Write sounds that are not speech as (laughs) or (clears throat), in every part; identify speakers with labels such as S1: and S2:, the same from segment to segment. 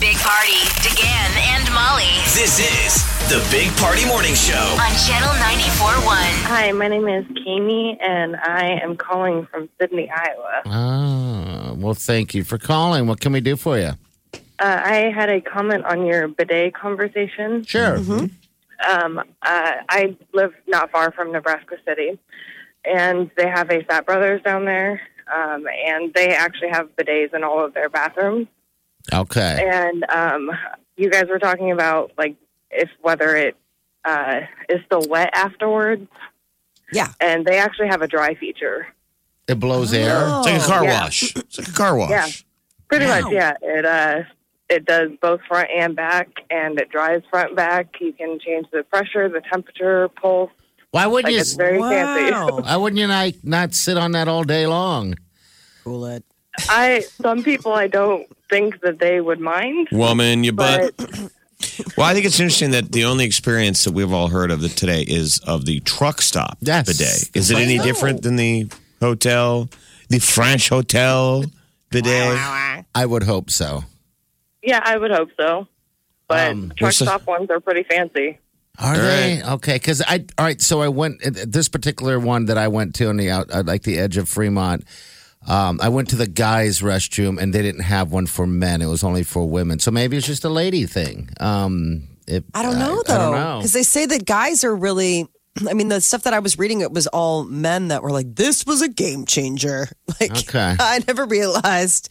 S1: Big Party, DeGan and Molly
S2: This is the Big Party Morning Show.
S1: on Channel 94.1.
S3: Hi, my name is Kami, and I am calling from Sydney, Iowa. Uh,
S4: Oh, well, thank you for calling. What can we do for you?
S3: I had a comment on your bidet conversation.
S4: Sure.
S3: Um, uh, I live not far from Nebraska City, and they have a Fat Brothers down there, um, and they actually have bidets in all of their bathrooms.
S4: Okay.
S3: And um, you guys were talking about like if whether it uh, is still wet afterwards.
S5: Yeah.
S3: and they actually have a dry feature.
S4: It blows
S3: Oh.
S4: air.
S2: It's like a car
S3: Yeah.
S2: wash. It's like a car wash.
S3: Yeah. Pretty
S5: Wow.
S3: much, yeah. It uh, it does both front and back, and it dries front and back. You can change the pressure, the temperature, pulse.
S4: Why wouldn't
S3: Like
S4: you?
S3: it's very fancy.
S4: Why wouldn't you not, not sit on that all day long?
S5: Cool it.
S3: (laughs) I some people I don't think that they would mind,
S2: Woman, you butt.
S3: but
S2: (clears throat) Well, I think it's interesting that the only experience that we've all heard of the, today is of the truck stop
S4: Yes. oh.
S2: bidet. Is it any different than the hotel, the French hotel bidet?
S4: I would hope so.
S3: yeah, I would hope so. But
S4: Um,
S3: truck
S2: what's the-
S3: stop ones are pretty fancy.
S4: Are
S2: All
S4: they okay? Because I all right. So I went uh, this particular one that I went to on the out, uh, like the edge of Fremont. Um, I went to the guys' restroom and they didn't have one for men. It was only for women. So maybe it's just a lady thing. Um, it,
S5: I don't know
S4: I don't
S5: though,
S4: know.
S5: because they say that guys are really. (clears throat) I mean, the stuff that I was reading, it was all men that were like, "This was a game changer." (laughs) Like,
S4: Okay.
S5: I never realized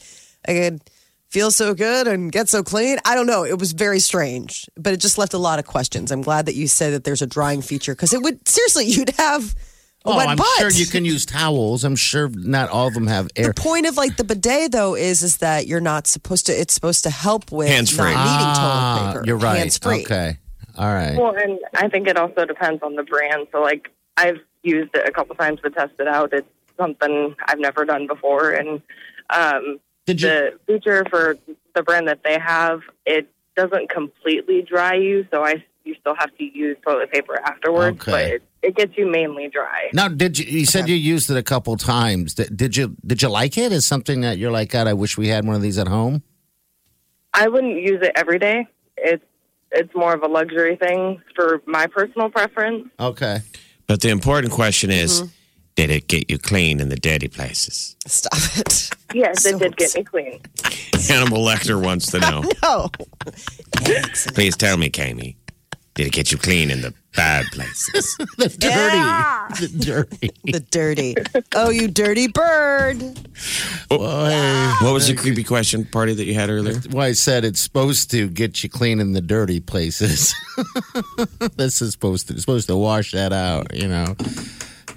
S5: I could feel so good and get so clean. I don't know. It was very strange, but it just left a lot of questions. I'm glad that you say that there's a drying feature because it would seriously, (laughs) you'd have a
S4: Oh,
S5: wet
S4: I'm
S5: butt.
S4: sure you can use towels. I'm sure not all of them have air.
S5: The point of like the bidet though is is that you're not supposed to. It's supposed to help with
S2: Hands-free.
S5: not needing
S4: Ah,
S5: toilet paper.
S4: You're right.
S5: Hands free.
S4: Okay. All right.
S3: Well, and I think it also depends on the brand. So, like, I've used it a couple times to test it out. It's something I've never done before, and um,
S4: Did you?
S3: the feature for the brand that they have, it doesn't completely dry you, so I you still have to use toilet paper afterwards,
S4: Okay.
S3: but it, it gets you mainly dry.
S4: Now, did you? You said you used it a couple times. Did, did you? Did you like it? Is something that you're like, God, I wish we had one of these at home.
S3: I wouldn't use it every day. It's it's more of a luxury thing for my personal preference.
S4: Okay. (laughs)
S2: But the important question is, did it get you clean in the dirty places? (laughs)
S5: Stop it. (laughs)
S3: Yes,
S5: So
S3: it did get me clean.
S2: Hannibal Lecter wants to know.
S5: Oh.
S2: Please tell me, Kami, did it get you clean in the bad
S4: (laughs)
S2: places?
S4: The dirty. The dirty.
S5: The dirty. Oh, you dirty bird.
S2: what was the creepy question party that you had earlier?
S4: Well, I said it's supposed to get you clean in the dirty places. (laughs) this is supposed to it's supposed to wash that out, you know.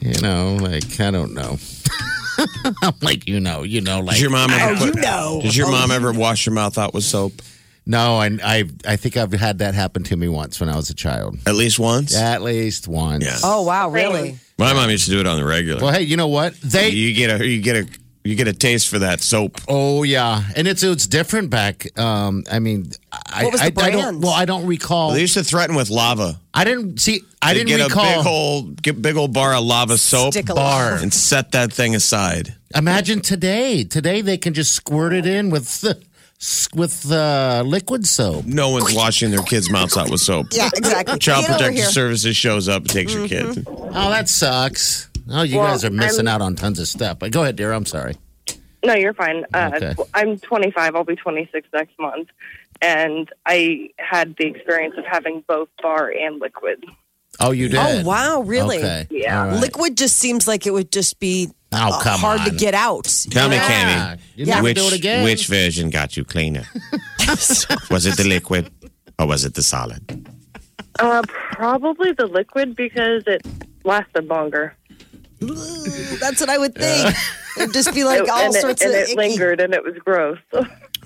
S4: You know, like I don't know. (laughs) I'm like, you know, you know, like
S2: Does your mom ever?
S5: you know.
S2: Does
S4: Oh.
S2: your mom ever wash your mouth out with soap?
S4: no, I, I I think I've had that happen to me once when I was a child,
S2: At least once.
S4: at least once.
S2: Yeah.
S5: Oh, wow, really?
S2: My mom used to do it on the regular.
S4: Well, hey, you know what? They
S2: you get a you get a you get a taste for that soap.
S4: Oh yeah, and it's it's different back. Um, I mean, I,
S5: What was
S4: I,
S5: the
S4: I don't.
S5: brand?
S4: Well, I don't recall.
S2: They used to threaten with lava.
S4: I didn't see. Oh. I
S2: They'd
S4: didn't
S2: get
S4: recall.
S2: a big old get big old bar of lava soap
S5: Stick a
S4: bar.
S5: lot.
S2: and set that thing aside.
S4: Imagine today. Today they can just squirt it in with the with uh, liquid soap.
S2: No one's washing their kids' mouths out with soap.
S3: (laughs)
S5: Yeah, exactly.
S2: Child
S5: Get over
S2: Protective
S5: here.
S2: Services shows up and takes your kid.
S4: Oh, that sucks. Oh, you
S3: Well,
S4: guys are missing
S3: I'm-
S4: out on tons of stuff. But go ahead, dear. I'm sorry.
S3: No, you're fine. Uh,
S4: Okay.
S3: tw- I'm 25. I'll be 26 next month, and I had the experience of having both bar and liquid.
S4: Oh, you did.
S5: Oh, wow, really?
S4: Okay.
S3: Yeah.
S4: All right.
S5: Liquid just seems like it would just be
S4: Oh,
S5: uh,
S4: come
S5: hard to
S4: on.
S5: get out.
S2: Tell me,
S4: Yeah.
S2: Kenny,
S4: Ah, You never
S2: which
S4: do it again.
S2: which version got
S4: (laughs)
S2: you cleaner? was it the liquid or was it the solid?
S3: Uh, probably the liquid because it lasted longer.
S5: Ooh, That's what I would think. It'd just be like all
S3: and
S5: sorts
S3: it, and
S5: of
S3: it
S5: icky-
S3: lingered and it was gross.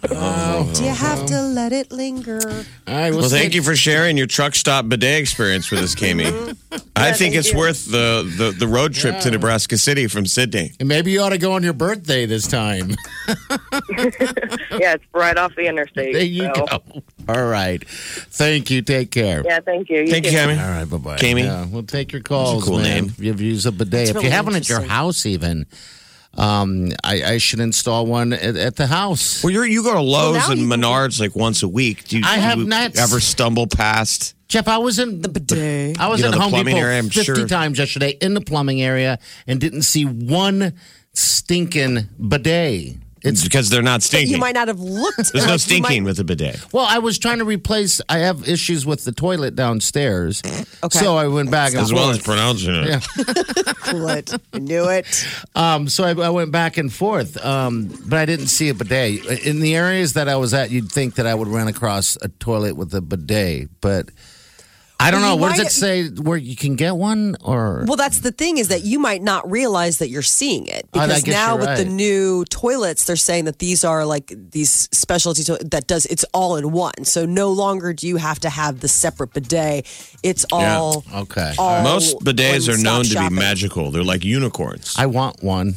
S2: Oh,
S4: know.
S5: You have to
S4: Mm-hmm.
S5: let it linger.
S4: All right,
S2: Well, thank
S4: see.
S2: you for sharing your truck stop bidet experience with us,
S5: (laughs)
S2: Kimmy. I think it's worth the, the, the road trip to Nebraska City from Sydney.
S4: And maybe you ought to go on your birthday this (laughs) time.
S3: (laughs) Yeah, it's right off the interstate.
S4: There you
S3: so.
S4: go. All right. Thank you. Take care.
S3: Yeah, thank you.
S2: Thank you,
S3: too.
S4: All
S2: Kimmy.
S4: right, bye bye.
S2: Jamie.
S4: Yeah, we'll take your calls.
S2: cool
S4: man.
S2: name.
S4: If you've used a bidet, if
S5: really
S4: you have one at your
S5: interesting.
S4: house, even, um, I, I should install one at, at the house.
S2: Well, you're, you go to Lowe's
S5: now
S2: and
S5: you can-
S2: Menards like once a week. Do you,
S4: I have
S2: do you
S4: nuts.
S2: ever stumble past?
S4: Jeff, I was in the
S5: bidet.
S4: I was
S2: You
S4: in
S2: know, the
S4: Home
S2: plumbing
S4: Depot
S2: area, I'm
S4: 50
S2: sure.
S4: times yesterday in the plumbing area and didn't see one stinking bidet.
S2: It's because they're not stinking.
S5: You might not
S4: (laughs)
S5: have looked.
S2: There's no
S5: like, you might-
S2: stinking with a bidet.
S4: Well, I was trying to replace. I have issues with the toilet downstairs, so I went back and
S2: As well as pronouncing it.
S5: Cool it. I knew it.
S4: Um, so I, I went back and forth, um, but I didn't see a bidet. In the areas that I was at, you'd think that I would run across a toilet with a bidet, but I don't
S5: Well,
S4: know.
S5: you
S4: What does it say?
S5: might-
S4: Where you can get one, or
S5: Well, that's the thing is that you might not realize that you're seeing it
S4: I
S5: because
S4: guess
S5: now
S4: you're
S5: with the
S4: right.
S5: new toilets, they're saying that these are like these specialty to- that does it's all in one. So no longer do you have to have the separate bidet. It's all
S4: okay,
S5: all
S2: Most bidets are
S5: one-stop
S2: known to be
S5: shopping.
S2: magical. They're like unicorns.
S4: I want one.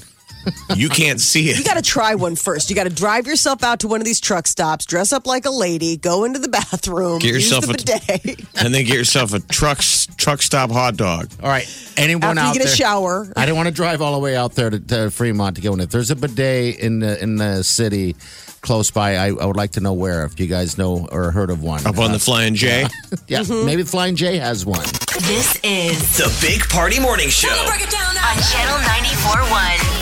S2: you can't see it.
S5: You got to try one first. You got to drive yourself out to one of these truck stops, dress up like a lady, go into the bathroom,
S2: Get yourself
S5: use the
S2: a-
S5: bidet.
S2: (laughs) and then get yourself a truck truck stop hot dog.
S4: All right, anyone
S5: After you
S4: out
S5: get a
S4: there?
S5: shower.
S4: I don't want to drive all the way out there to, to Fremont to go in. If there's a bidet in the in the city close by, I, I would like to know where. If you guys know or heard of one, Uh,
S2: Up on the flying J.
S4: yeah,
S5: Mm-hmm.
S4: maybe Flying J has one.
S1: This is
S6: The Big Party Morning Show.
S1: on Channel 94.1.